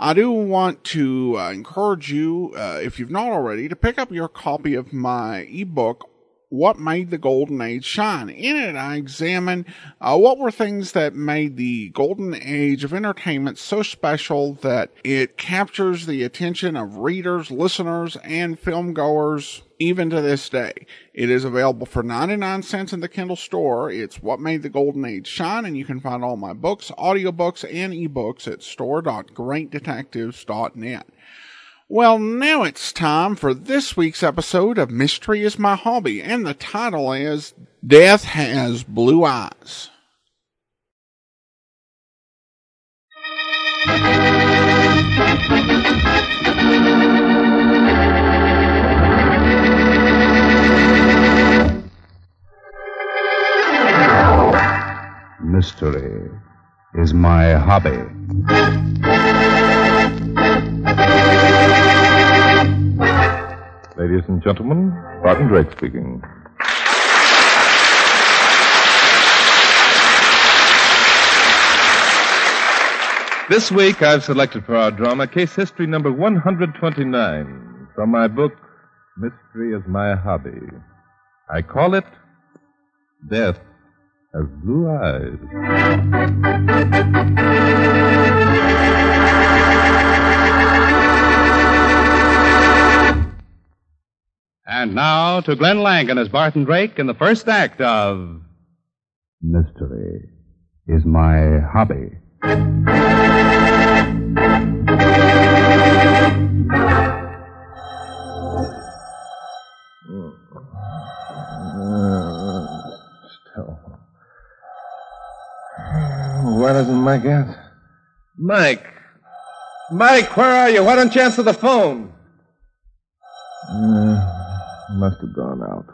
I do want to uh, encourage you, uh, if you've not already, to pick up your copy of my ebook, What Made the Golden Age Shine. In it, I examine uh, what were things that made the golden age of entertainment so special that it captures the attention of readers, listeners, and filmgoers even to this day. It is available for 99 cents in the Kindle store. It's what made the golden age shine, and you can find all my books, audiobooks, and ebooks at store.greatdetectives.net. Well, now it's time for this week's episode of Mystery is My Hobby, and the title is Death Has Blue Eyes. Mystery is my hobby. Ladies and gentlemen, Barton Drake speaking. This week I've selected for our drama case history number 129 from my book, Mystery is My Hobby. I call it Death Has Blue Eyes. And now to Glenn Langan as Barton Drake in the first act of. Mystery is my hobby. Still. Why doesn't Mike answer? Mike! Mike, where are you? Why don't you answer the phone? Uh, Must have gone out.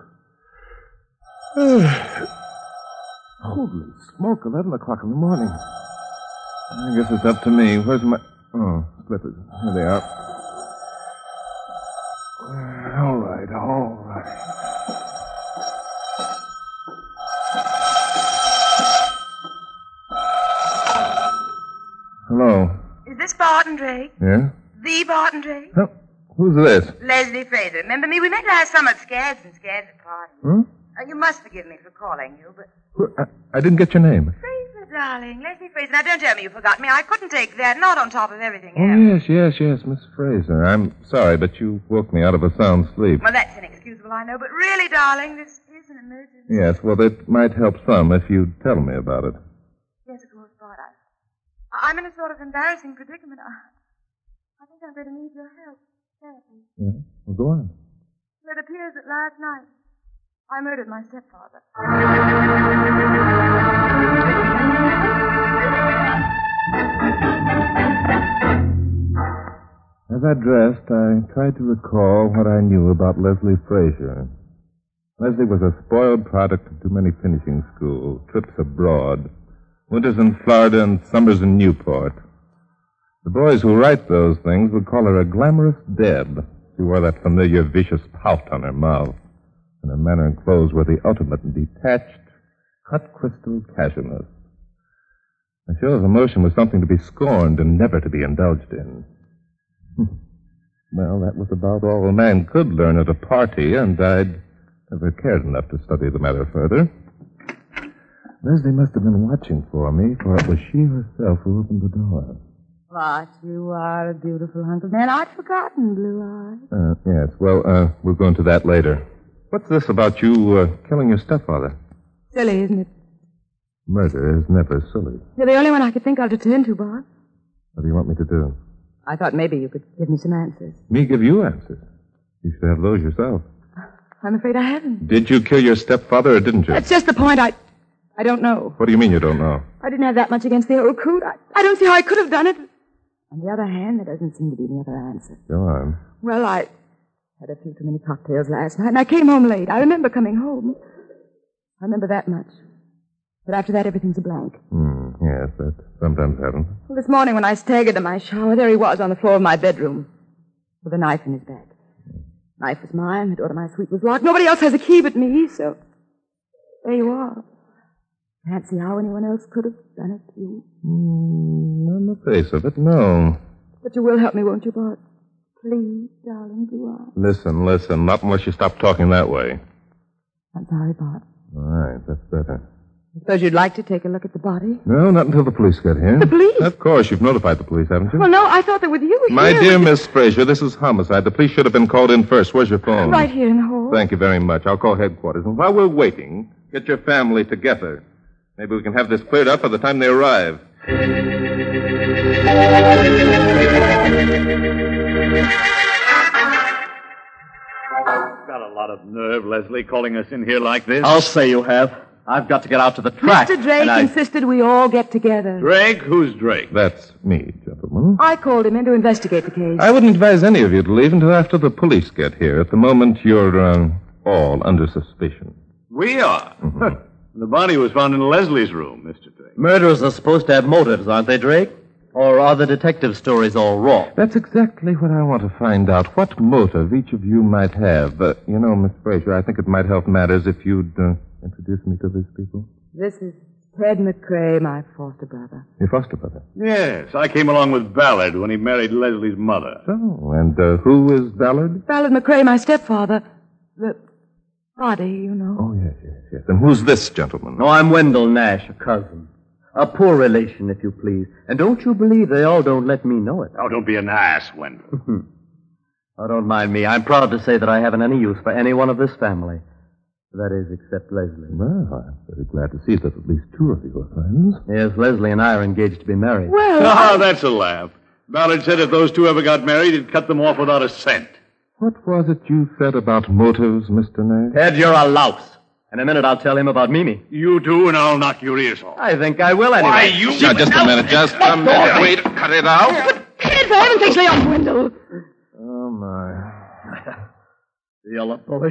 Holy smoke, 11 o'clock in the morning. I guess it's up to me. Where's my. Oh, slippers. Here they are. Uh, All right, all right. Hello. Is this Barton Drake? Yeah? The Barton Drake? Huh? Who's this? Leslie Fraser. Remember me? We met last summer at Scads and Scads at Party. Hmm? Uh, you must forgive me for calling you, but. Who- I, I didn't get your name. Fraser, darling. Leslie Fraser. Now, don't tell me you forgot me. I couldn't take that. Not on top of everything Oh, else. yes, yes, yes, Miss Fraser. I'm sorry, but you woke me out of a sound sleep. Well, that's inexcusable, I know, but really, darling, this is an emergency. Yes, well, that might help some if you'd tell me about it. Yes, of course, Bart. I, I'm in a sort of embarrassing predicament. I, I think I'm going to need your help. Therapy. Yeah. Well, go on. It appears that last night I murdered my stepfather. As I dressed, I tried to recall what I knew about Leslie Frazier. Leslie was a spoiled product of too many finishing school, trips abroad, winters in Florida and summers in Newport. The boys who write those things would call her a glamorous Deb. She wore that familiar vicious pout on her mouth, and her manner and clothes were the ultimate in detached, cut crystal casualness. And Cheryl's emotion was something to be scorned and never to be indulged in. Well, that was about all a man could learn at a party, and I'd never cared enough to study the matter further. Leslie must have been watching for me, for it was she herself who opened the door. But you are a beautiful hunk of man. I'd forgotten Blue Eyes. Uh, yes, well, uh, we'll go into that later. What's this about you uh, killing your stepfather? Silly, isn't it? Murder is never silly. You're the only one I could think of to turn to, Bart. What do you want me to do? I thought maybe you could give me some answers. Me give you answers. You should have those yourself. I'm afraid I haven't. Did you kill your stepfather or didn't you? That's just the point. I, I don't know. What do you mean you don't know? I didn't have that much against the old coot. I, I don't see how I could have done it. On the other hand, there doesn't seem to be any other answer. Go on. Well, I Had a few too many cocktails last night, and I came home late. I remember coming home. I remember that much. But after that, everything's a blank. Hmm, yes, that sometimes happens. Well, this morning when I staggered to my shower, there he was on the floor of my bedroom with a knife in his back. Knife was mine. The door to my suite was locked. Nobody else has a key but me, so there you are. Can't see how anyone else could have done it to you. Hmm, on the face of it, no. But you will help me, won't you, Bart? Please, darling, do I? Listen, listen, not unless you stop talking that way. I'm sorry, Bart. All right, that's better. I suppose you'd like to take a look at the body. No, not until the police get here. The police? Of course, you've notified the police, haven't you? Well, no, I thought that with you My here- dear Miss Fraser, this is homicide. The police should have been called in first. Where's your phone? Right here in the hall. Thank you very much. I'll call headquarters. And while we're waiting, get your family together. Maybe we can have this cleared up by the time they arrive. Got a lot of nerve, Leslie, calling us in here like this. I'll say you have. I've got to get out to the track. Mr. Drake and I- insisted we all get together. Drake? Who's Drake? That's me, gentlemen. I called him in to investigate the case. I wouldn't advise any of you to leave until after the police get here. At the moment, you're um, all under suspicion. We are. the body was found in Leslie's room, Mr. Drake. Murderers are supposed to have motives, aren't they, Drake? Or are the detective stories all wrong? That's exactly what I want to find out. What motive each of you might have. Uh, you know, Miss Fraser, I think it might help matters if you'd uh, introduce me to these people. This is Ted McCrae, my foster brother. Your foster brother. Yes, I came along with Ballard when he married Leslie's mother. So, and uh, who is Ballard? Ballard McCrae, my stepfather. The body, you know. Oh, yes, yes, yes. And who's this gentleman? Oh. No, I'm Wendell Nash, a cousin. A poor relation, if you please. And don't you believe they all don't let me know it. Oh, don't be an ass, Wendell. Oh, don't mind me. I'm proud to say that I haven't any use for anyone of this family. That is, except Leslie. Well, I'm very glad to see that at least two of you are friends. Yes, Leslie and I are engaged to be married. Well, Ah, that's a laugh. Ballard said if those two ever got married, he'd cut them off without a cent. What was it you said about motives, Mr. Nash? Ted, you're a louse. In a minute, I'll tell him about Mimi. You two, and I'll knock your ears off. I think I will anyway. Why, you... Now, just a minute, just a minute. Wait, cut it out. Ted, for heaven's sakes, lay off, Wendell. Oh, my. Yellow bully.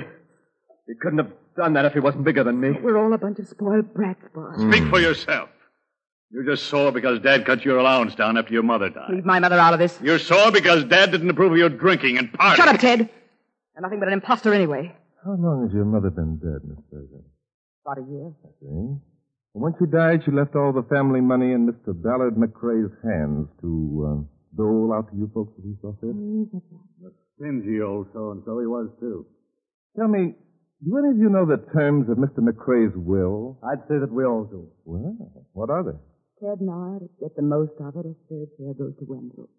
He couldn't have done that if he wasn't bigger than me. We're all a bunch of spoiled brats, Bart. Hmm. Speak for yourself. You're just sore because Dad cut your allowance down after your mother died. Leave my mother out of this. You're sore because Dad didn't approve of your drinking and partying. Shut up, Ted. You're nothing but an imposter anyway. How long has your mother been dead, Miss Fraser? About a year. See? And when she died, she left all the family money in Mr. Ballard McCrae's hands to uh, dole out to you folks that he saw fit. Stingy old so-and-so he was, too. Tell me, do any of you know the terms of Mr. McCrae's will? I'd say that we all do. Well, what are they? Ted and I to get the most of it, a third share goes to Wendell.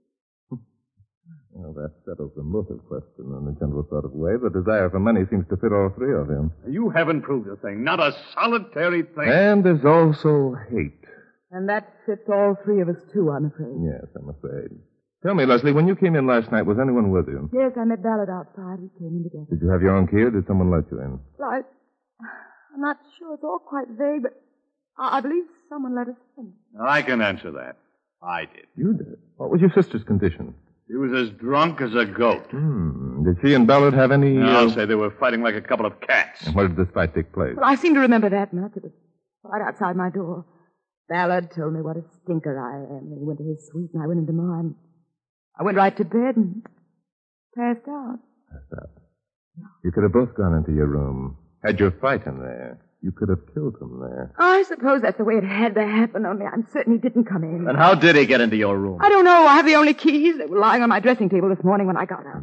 Well, that settles the motive question in a general sort of way. The desire for money seems to fit all three of them. You haven't proved a thing. Not a solitary thing. Eh? And there's also hate. And that fits all three of us, too, I'm afraid. Yes, I'm afraid. Tell me, Leslie, when you came in last night, was anyone with you? Yes, I met Ballard outside. We came in together. Did you have your own key or did someone let you in? I, I'm not sure. It's all quite vague, but I, I believe someone let us in. I can answer that. I did. You did. What was your sister's condition? He was as drunk as a goat. Hmm. Did she and Ballard have any... And uh, I'll say they were fighting like a couple of cats. And where did this fight take place? Well, I seem to remember that much. It was right outside my door. Ballard told me what a stinker I am. and He went to his suite, and I went into mine. I went right to bed and passed out. You could have both gone into your room. Had your fight in there. You could have killed him there. I suppose that's the way it had to happen, only I'm certain he didn't come in. And how did he get into your room? I don't know. I have the only keys. They were lying on my dressing table this morning when I got up.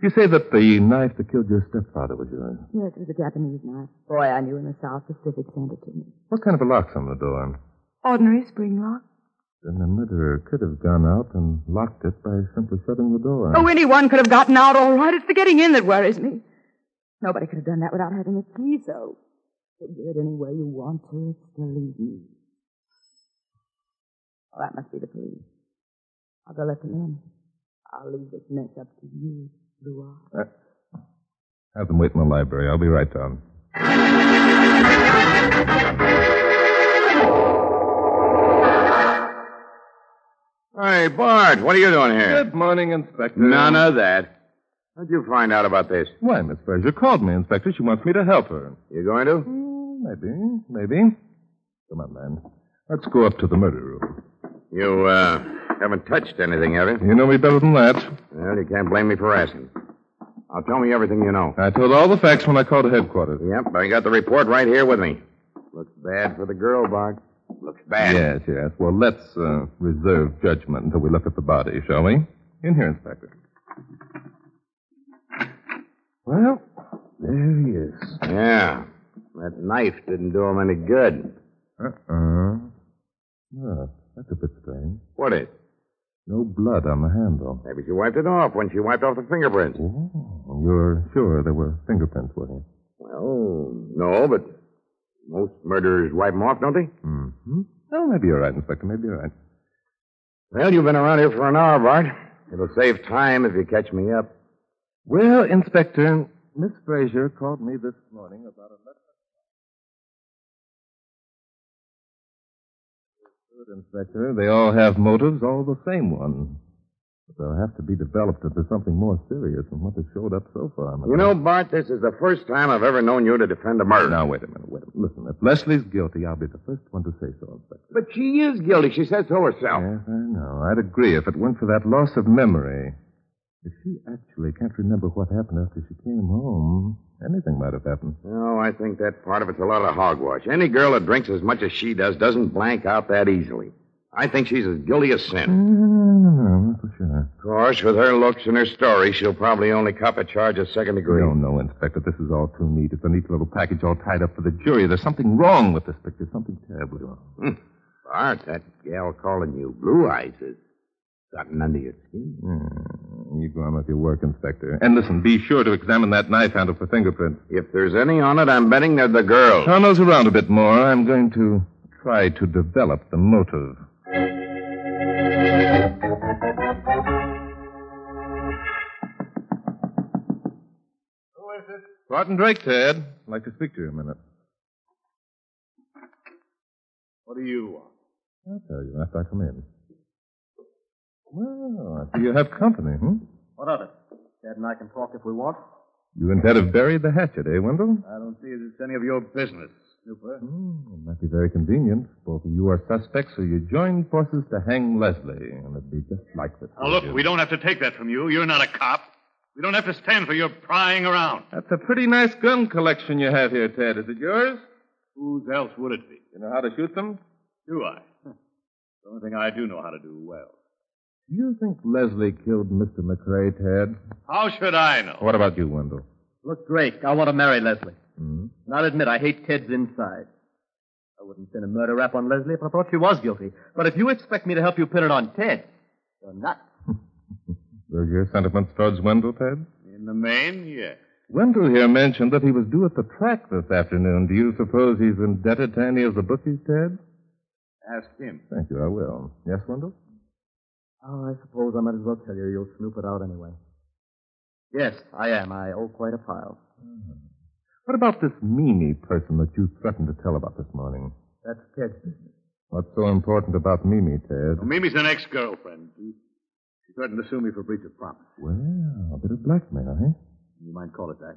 You say that the knife that killed your stepfather was yours. Yes, it was a Japanese knife. Boy, I knew in the South Pacific sent it to me. What kind of a lock's on the door? Ordinary spring lock. Then the murderer could have gone out and locked it by simply shutting the door. Oh, anyone could have gotten out all right. It's the getting in that worries me. Nobody could have done that without having a key, so figure it any way you want to. It's still easy. Oh, that must be the police. I'll go let them in. I'll leave this mess up to you, Blue Eye. Have them wait in the library. I'll be right down. Hey, Bart, what are you doing here? Good morning, Inspector. None of that. How'd you find out about this? Why, Miss Fraser called me, Inspector. She wants me to help her. You going to? Hmm, Maybe, maybe. Come on, man. Let's go up to the murder room. You, uh, haven't touched anything, have you? You know me better than that. Well, you can't blame me for asking. Now tell me everything you know. I told all the facts when I called headquarters. Yep, I got the report right here with me. Looks bad for the girl, Bart. Looks bad. Yes, yes. Well, let's uh, reserve judgment until we look at the body, shall we? In here, Inspector. Well, there he is. Yeah. That knife didn't do him any good. Uh-uh. Oh, that's a bit strange. What is? No blood on the handle. Maybe she wiped it off when she wiped off the fingerprints. Oh, you're sure there were fingerprints, were you? Well, no, but most murderers wipe them off, don't they? Mm-hmm. Oh, maybe you're right, Inspector. Maybe you're right. Well, you've been around here for an hour, Bart. It'll save time if you catch me up. Well, Inspector, Miss Fraser called me this morning about a letter. Good, Inspector. They all have motives, all the same one. But they'll have to be developed into something more serious than what has showed up so far. I'm You know, Bart, this is the first time I've ever known you to defend a murder. Now, wait a minute, wait a minute. Listen, if Leslie's guilty, I'll be the first one to say so, Inspector. But she is guilty. She says so herself. Yes, I know. I'd agree if it weren't for that loss of memory. If she actually can't remember what happened after she came home, anything might have happened. No, I think that part of it's a lot of hogwash. Any girl that drinks as much as she does doesn't blank out that easily. I think she's as guilty as sin. Mm, not for sure. Of course, with her looks and her story, she'll probably only cop a charge of second degree. No, no, Inspector. This is all too neat. It's a neat little package all tied up for the jury. There's something wrong with this picture. Something terribly wrong. Bart, that gal calling you blue eyes has gotten under your skin. Mm, you go on with your work, Inspector. And listen, be sure to examine that knife handle for fingerprints. If there's any on it, I'm betting they're the girl. Turn those around a bit more. I'm going to try to develop the motive. Barton Drake, Ted. I'd like to speak to you a minute. What do you want? I'll tell you after I come in. Well, I see you have company, hmm? What of it? Dad and I can talk if we want. You and Ted have buried the hatchet, eh, Wendell? I don't see that it's any of your business, Super. Hmm, it might be very convenient. Both of you are suspects, so you join forces to hang Leslie, and it'd be just like this. Now, look, we don't have to take that from you. You're not a cop. We don't have to stand for your prying around. That's a pretty nice gun collection you have here, Ted. Is it yours? Whose else would it be? You know how to shoot them? Do I? The only thing I do know how to do well. Do you think Leslie killed Mr. McRae, Ted? How should I know? What about you, Wendell? Look, Drake, I want to marry Leslie. Hmm? And I'll admit I hate Ted's inside. I wouldn't pin a murder rap on Leslie if I thought she was guilty. But if you expect me to help you pin it on Ted, you're nuts. Were your sentiments towards Wendell, Ted? In the main, yes. Wendell here mentioned that he was due at the track this afternoon. Do you suppose he's indebted to any of the bookies, Ted? Ask him. Thank you, I will. Yes, Wendell? Oh, I suppose I might as well tell you. You'll snoop it out anyway. Yes, I am. I owe quite a pile. What about this Mimi person that you threatened to tell about this morning? That's Ted's business. What's so important about Mimi, Ted? Well, Mimi's an ex-girlfriend. She she threatened to sue me for breach of promise. Well, a bit of blackmail, eh? You might call it that.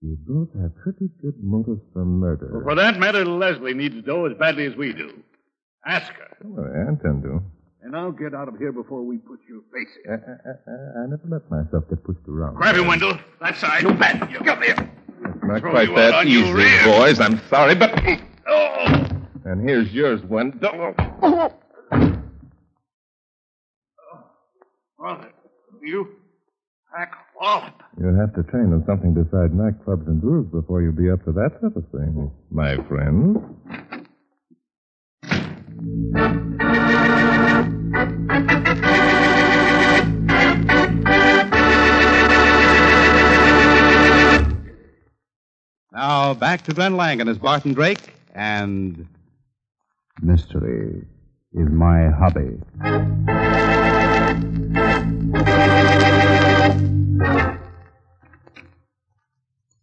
You both have pretty good motives for murder. Well, for that matter, Leslie needs dough as badly as we do. Ask her. Sure, Oh, I intend to. And I'll get out of here before we put your face I, I, I, I never let myself get pushed around. Grab him, Wendell. That side. You bet. You got there. It's not Throw quite you out that on your easy, rear. boys. I'm sorry, but. Oh! And here's yours, Wendell. Mother, you pack wallop. You'll have to train in something besides nightclubs and booze before you'll be up to that sort of thing, my friend. Now back to Glenn Langan as Barton Drake and Mystery is my hobby.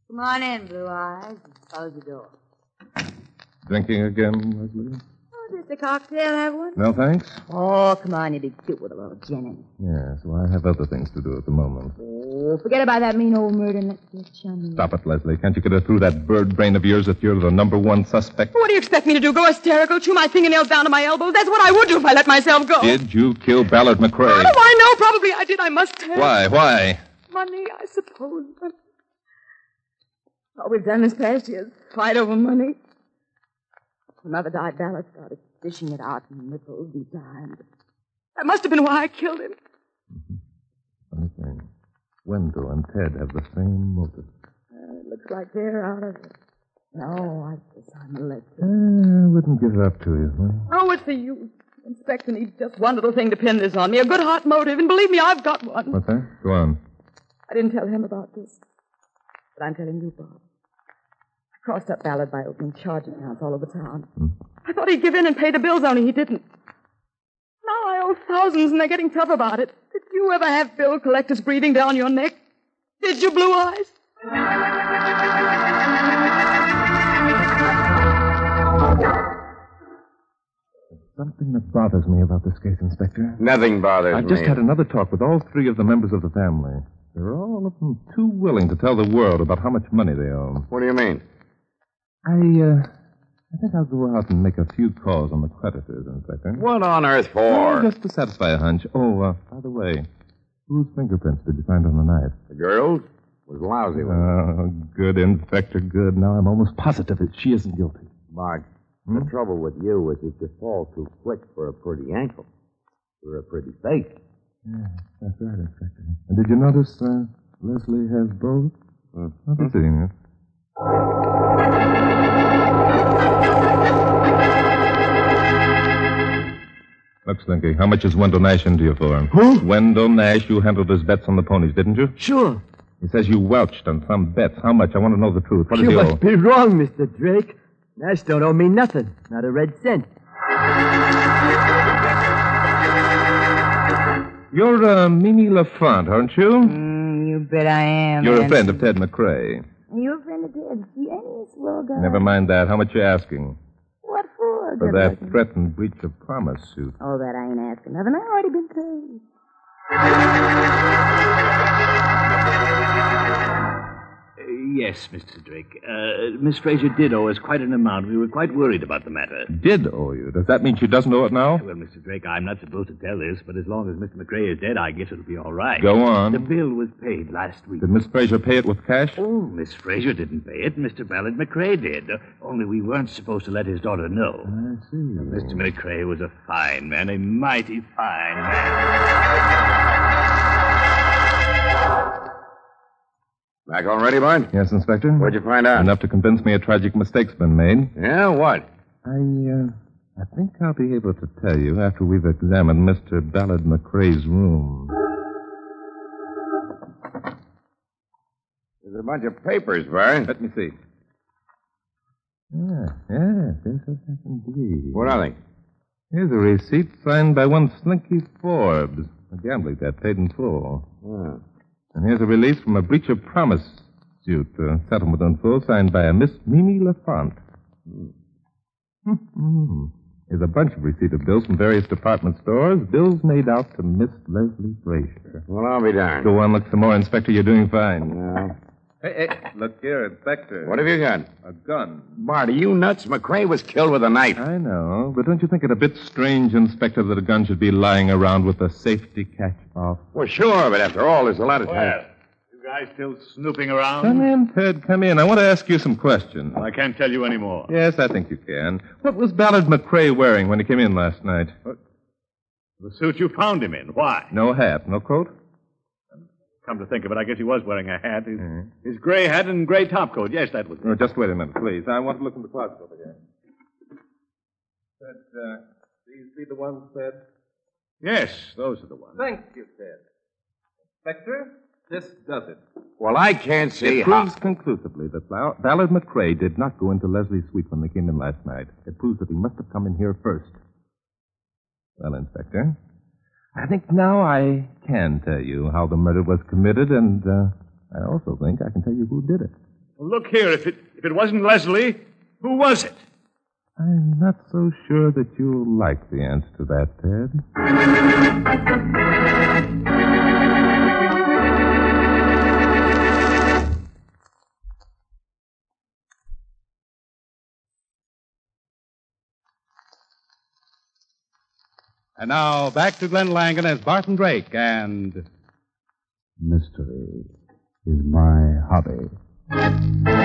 Come on in, Blue Eyes. Close the door. Drinking again, Leslie? Oh, just a cocktail, have one? No, thanks? Oh, come on, you be cute with a little gin in. Yes, well, I have other things to do at the moment. Oh, Oh, forget about that mean old murder and let's get chummy. Stop it, Leslie. Can't you get her through that bird brain of yours that you're the number one suspect? What do you expect me to do? Go hysterical, chew my fingernails down to my elbows? That's what I would do if I let myself go. Did you kill Ballard How McRae? do I know? Probably I did. I must tell. Why? Why? Money, I suppose. But all we've done this past year is fight over money. When Mother died, Ballard started dishing it out in nickels and dimes. That must have been why I killed him. Funny thing. Wendell and Ted have the same motive. Uh, it looks like they're out of it. No, I guess I'm elected. Eh, I wouldn't give it up to you. huh? Oh, what's the use? Inspector needs just one little thing to pin this on me, a good heart motive, and believe me, I've got one. What's that? Go on. I didn't tell him about this. But I'm telling you, Bob. I crossed up Ballard by opening charge accounts all over town. I thought he'd give in and pay the bills, only he didn't. Now I owe thousands, and they're getting tough about it. Did you ever have bill collectors breathing down your neck? Did you, Blue Eyes? Something that bothers me about this case, Inspector. Nothing bothers I've me. just had another talk with all three of the members of the family. They're all of them too willing to tell the world about how much money they own. What do you mean? I, uh, I think I'll go out and make a few calls on the creditors, Inspector. What on earth for? Oh, just to satisfy a hunch. Oh, uh, by the way, whose fingerprints did you find on the knife? The girls? Was lousy with Oh, good, Inspector, good. Now I'm almost positive that she isn't guilty. Mark, Hmm? the trouble with you is that you fall too quick for a pretty ankle. For a pretty face. Yeah, that's right, Inspector. And did you notice uh, Leslie has both? I've seen Uh, it. Look, Slinky, how much is Wendell Nash into you for? Who? Wendell Nash, you handled his bets on the ponies, didn't you? Sure. He says you welched on some bets. How much? I want to know the truth. What does you he must owe? be wrong, Mr. Drake. Nash don't owe me nothing. Not a red cent. You're uh, Mimi LaFont, aren't you? Mm, You bet I am. You're a Anson. friend of Ted McRae. You're a friend of Ted. She ain't as well guy. Never mind that. How much you asking? What for? For good that looking? threatened breach of promise suit. Oh, that I ain't asking nothing. I already been paid. Uh, yes, Mr. Drake. Uh, Miss Fraser did owe us quite an amount. We were quite worried about the matter. Did owe you. Does that mean she doesn't owe it now? Well, Mr. Drake, I'm not supposed to tell this, but as long as Mr. McRae is dead, I guess it'll be all right. Go on. The bill was paid last week. Did Miss Fraser pay it with cash? Oh, Miss Fraser didn't pay it. Mr. Ballard McRae did. Uh, Only we weren't supposed to let his daughter know. I see. Mr. McRae was a fine man, a mighty fine man. Back already, Bud? Yes, Inspector. What'd you find out? Enough to convince me a tragic mistake's been made. Yeah, what? I, uh, I think I'll be able to tell you after we've examined Mr. Ballard McRae's room. There's a bunch of papers, Vern. Let me see. Yeah, yeah, yes, yes, yes, indeed. What are they? Here's a receipt signed by one Slinky Forbes, a gambling debt paid in full. And here's a release from a breach of promise suit, a settlement in full, signed by a Miss Mimi LaFont. Hmm. Here's a bunch of receipt of bills from various department stores, bills made out to Miss Leslie Fraser. Well, I'll be darned. Go on, look some more, Inspector. You're doing fine. Hey, hey, look here, Inspector. What have you got? A gun. Bart, are you nuts? McRae was killed with a knife. I know, but don't you think it a bit strange, Inspector, that a gun should be lying around with a safety catch off? Well, sure, but after all, there's a lot of Well, time. you guys still snooping around? Come in, Ted. Come in. I want to ask you some questions. I can't tell you any more. Yes, I think you can. What was Ballard McRae wearing when he came in last night? The suit you found him in. Why? No hat, no coat? Come to think of it, I guess he was wearing a hat. His, Mm-hmm. his gray hat and gray topcoat. Yes, that was. No, just wait a minute, please. I want to look in the closet over here. But, uh, these be the ones, Ted? Yes, those are the ones. Thank you, Ted. Inspector, this does it. Well, I can't see it how. proves conclusively that Bal- Ballard McRae did not go into Leslie's suite when they came in last night. It proves that he must have come in here first. Well, Inspector, I think now I can tell you how the murder was committed, and uh, I also think I can tell you who did it. Well, look here. If it if it wasn't Leslie, who was it? I'm not so sure that you'll like the answer to that, Ted. And now back to Glenn Langan as Barton Drake and Mystery is my hobby.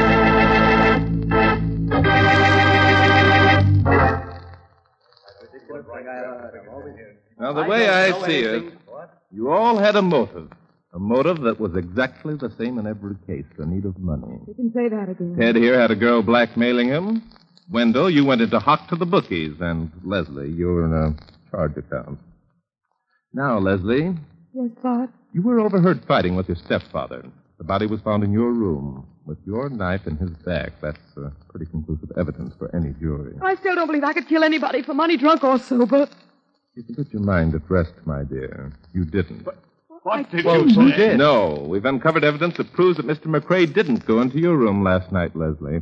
Now, the way I see it, you all had a motive. A motive that was exactly the same in every case the need of money. You can say that again. Ted here had a girl blackmailing him. Wendell, you went into hock to the bookies. And Leslie, you were in a charge account. Now, Leslie, Yes, Bart. you were overheard fighting with your stepfather. The body was found in your room with your knife in his back. That's uh, pretty conclusive evidence for any jury. I still don't believe I could kill anybody for money, drunk or sober. You can put your mind at rest, my dear. You didn't. What did Well, you say? No, we've uncovered evidence that proves that Mr. McCrae didn't go into your room last night, Leslie.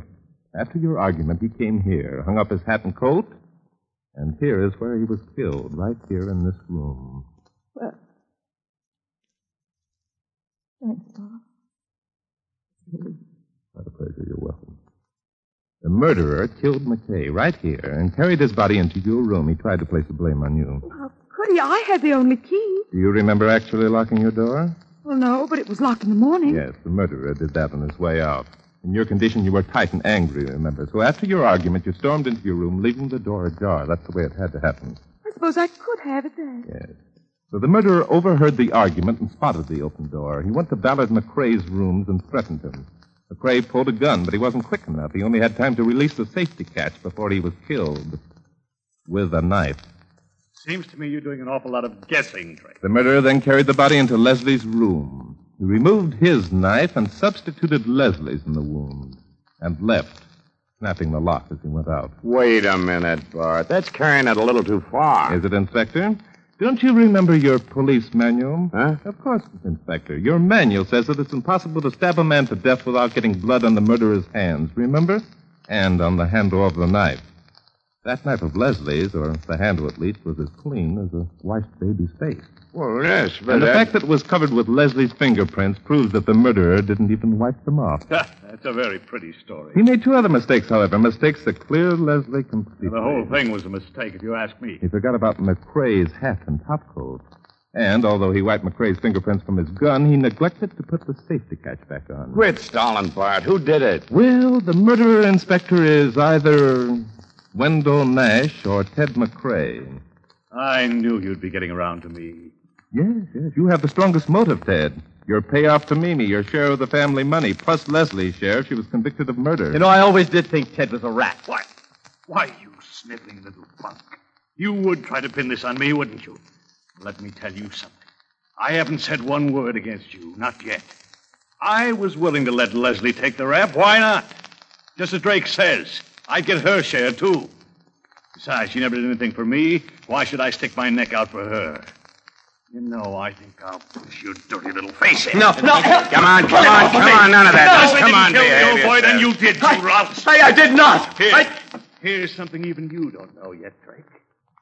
After your argument, he came here, hung up his hat and coat, and here is where he was killed, right here in this room. Well. Thanks, Bob. Not a pleasure, you're welcome. The murderer killed McCrae right here and carried his body into your room. He tried to place the blame on you. How could he? I had the only key. Do you remember actually locking your door? Well, no, but it was locked in the morning. Yes, the murderer did that on his way out. In your condition, you were tight and angry, remember? So after your argument, you stormed into your room, leaving the door ajar. That's the way it had to happen. I suppose I could have it there. Yes. So the murderer overheard the argument and spotted the open door. He went to Ballard McCrae's rooms and threatened him. McCrae pulled a gun, but he wasn't quick enough. He only had time to release the safety catch before he was killed with a knife. Seems to me you're doing an awful lot of guessing, Drake. The murderer then carried the body into Leslie's room. He removed his knife and substituted Leslie's in the wound and left, snapping the lock as he went out. Wait a minute, Bart. That's carrying it a little too far. Is it, Inspector? Don't you remember your police manual? Huh? Of course, Inspector. Your manual says that it's impossible to stab a man to death without getting blood on the murderer's hands, remember? And on the handle of the knife. That knife of Leslie's, or the handle at least, was as clean as a washed baby's face. Well, yes, but and the that- fact that it was covered with Leslie's fingerprints proves that the murderer didn't even wipe them off. That's a very pretty story. He made two other mistakes, however, mistakes that clear Leslie completely. The whole thing was a mistake, if you ask me. He forgot about McCrae's hat and topcoat. And although he wiped McCrae's fingerprints from his gun, he neglected to put the safety catch back on. Quit stalling, Bart. Who did it? Well, the murderer inspector is either Wendell Nash or Ted McCrae. I knew you'd be getting around to me. Yes, yes. You have the strongest motive, Ted. Your payoff to Mimi, your share of the family money, plus Leslie's share if she was convicted of murder. You know, I always did think Ted was a rat. What? Why, you sniveling little punk. You would try to pin this on me, wouldn't you? Let me tell you something. I haven't said one word against you, not yet. I was willing to let Leslie take the rap. Why not? Just as Drake says, I'd get her share, too. Besides, she never did anything for me. Why should I stick my neck out for her? You know, I think I'll push your dirty little face in. No, no, help. Come on, come on, come on, none of that. Leslie Come didn't on, kill behave the old boy, then you yourself. did, you rouse. Hey, I did not. Here, here's something even you don't know yet, Drake.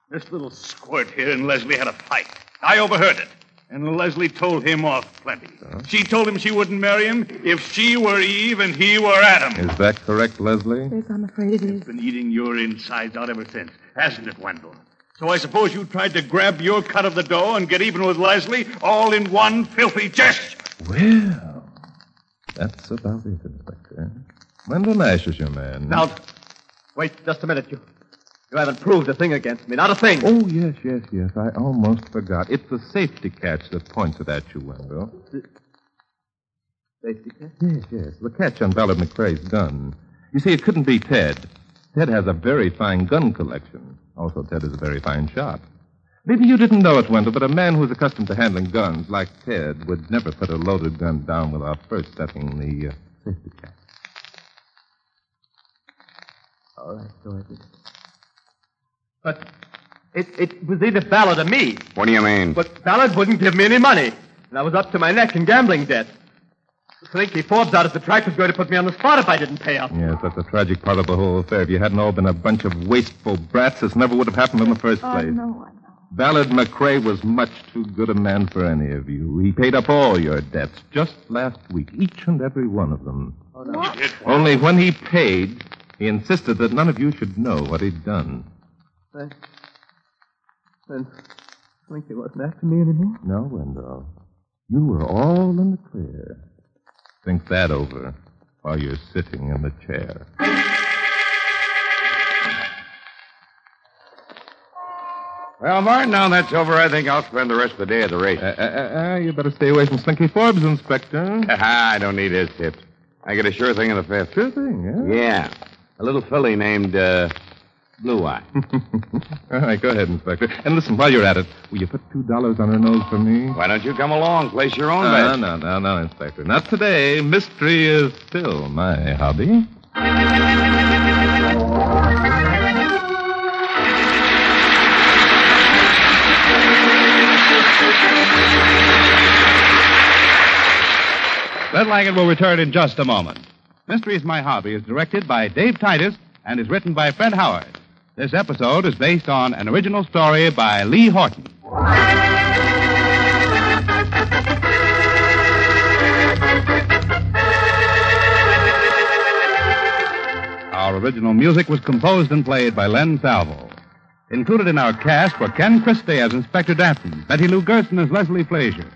This little squirt here and Leslie had a fight. I overheard it. And Leslie told him off plenty. She told him she wouldn't marry him if she were Eve and he were Adam. Is that correct, Leslie? Yes, I'm afraid it is. Been eating your insides out ever since, hasn't it, Wendell? So I suppose you tried to grab your cut of the dough and get even with Leslie all in one filthy gesture. Well, that's about it, Inspector. Wendell Nash is your man. Now, wait just a minute. You, you haven't proved a thing against me. Not a thing. Oh, yes, yes, yes. I almost forgot. It's the safety catch that points it at you, Wendell. Safety catch? Yes, yes. The catch on Ballard McCrae's gun. You see, it couldn't be Ted. Ted has a very fine gun collection. Also, Ted is a very fine shot. Maybe you didn't know it, Wendell, but a man who's accustomed to handling guns like Ted would never put a loaded gun down without first setting the uh, safety catch. All right, so I did. But it, it was either Ballard or me. What do you mean? But Ballard wouldn't give me any money, and I was up to my neck in gambling debt. Slinky Forbes out at the track was going to put me on the spot if I didn't pay up. Yes, that's the tragic part of the whole affair. If you hadn't all been a bunch of wasteful brats, this never would have happened in the first place. Oh, no, I Ballard McCrae was much too good a man for any of you. He paid up all your debts just last week, each and every one of them. Oh, no. What? Only when he paid, he insisted that none of you should know what he'd done. Then, then think they wasn't after me anymore. No, Wendell. You were all in the clear. Think that over while you're sitting in the chair. Well, Martin, now that's over, I think I'll spend the rest of the day at the race. Uh, you better stay away from Slinky Forbes, Inspector. I don't need his tips. I get a sure thing in the fifth. Sure thing, yeah? Yeah. A little filly named uh, Blue Eye. All right, go ahead, Inspector. And listen, while you're at it, will you put two dollars on her nose for me? Why don't you come along? Place your own No, bet. no, no, no, Inspector. Not today. Mystery is still my hobby. Red Langen will return in just a moment. Mystery is My Hobby is directed by Dave Titus and is written by Fred Howard. This episode is based on an original story by Lee Horton. Our original music was composed and played by Len Salvo. Included in our cast were Ken Christie as Inspector Danton, Betty Lou Gerson as Leslie Frazier,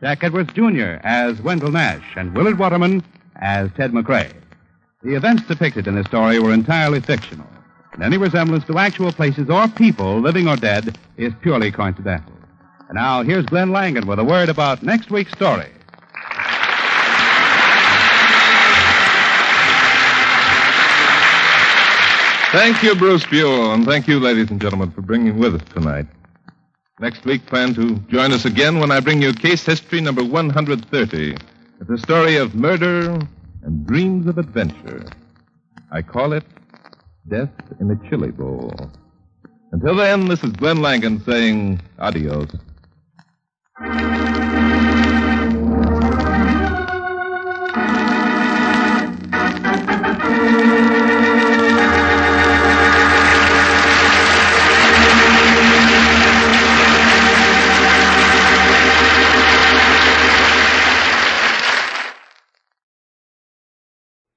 Jack Edwards Jr. as Wendell Nash, and Willard Waterman as Ted McRae. The events depicted in this story were entirely fictional, and any resemblance to actual places or people, living or dead, is purely coincidental. And now here's Glenn Langan with a word about next week's story. Thank you, Bruce Buell, and thank you, ladies and gentlemen, for bringing with us tonight. Next week, plan to join us again when I bring you case history number 130. It's a story of murder and dreams of adventure. I call it Death in a Chili Bowl. Until then, this is Glenn Langan saying adios.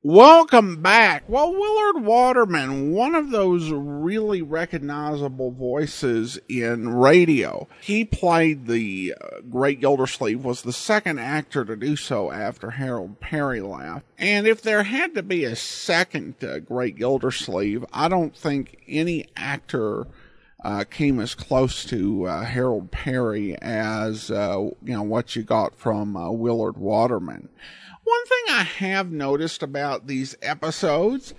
Welcome back. Well, Willard Waterman, one of those really recognizable voices in radio, he played the uh, Great Gildersleeve, was the second actor to do so after Harold Perry left. And if there had to be a second uh, Great Gildersleeve, I don't think any actor uh, came as close to uh, Harold Perry as uh, you know what you got from uh, Willard Waterman. One thing I have noticed about these episodes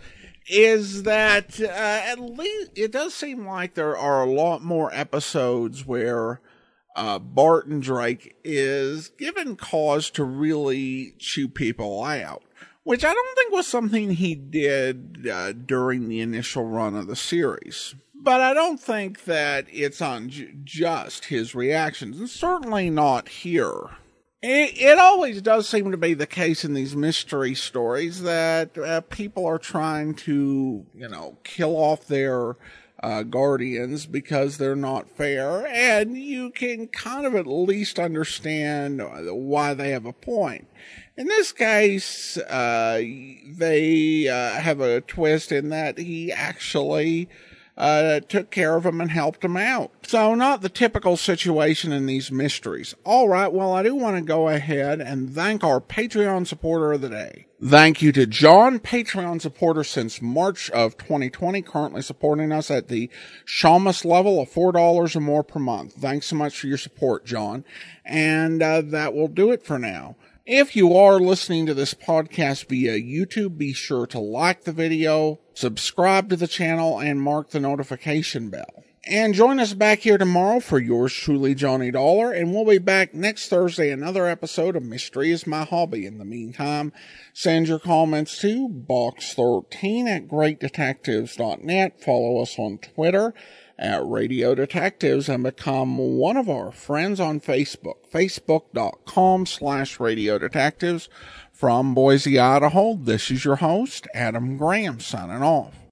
is that uh, at least it does seem like there are a lot more episodes where uh, Barton Drake is given cause to really chew people out, which I don't think was something he did uh, during the initial run of the series. But I don't think that it's unjust, his reactions, and certainly not here. It, it always does seem to be the case in these mystery stories that uh, people are trying to, you know, kill off their uh, guardians because they're not fair, and you can kind of at least understand uh, why they have a point. In this case, uh, they uh, have a twist in that he actually uh, took care of him and helped him out. So, not the typical situation in these mysteries. All right, well, I do want to go ahead and thank our Patreon supporter of the day. Thank you to John, Patreon supporter since March of 2020, currently supporting us at the Shamus level of $4 or more per month. Thanks so much for your support, John. And uh, that will do it for now. If you are listening to this podcast via YouTube, be sure to like the video, subscribe to the channel, and mark the notification bell. And join us back here tomorrow for yours truly, Johnny Dollar, and we'll be back next Thursday, another episode of Mystery is My Hobby. In the meantime, send your comments to box13 at greatdetectives.net. Follow us on Twitter at Radio Detectives and become one of our friends on Facebook, facebook.com slash Radio Detectives. From Boise, Idaho, this is your host, Adam Graham, signing off.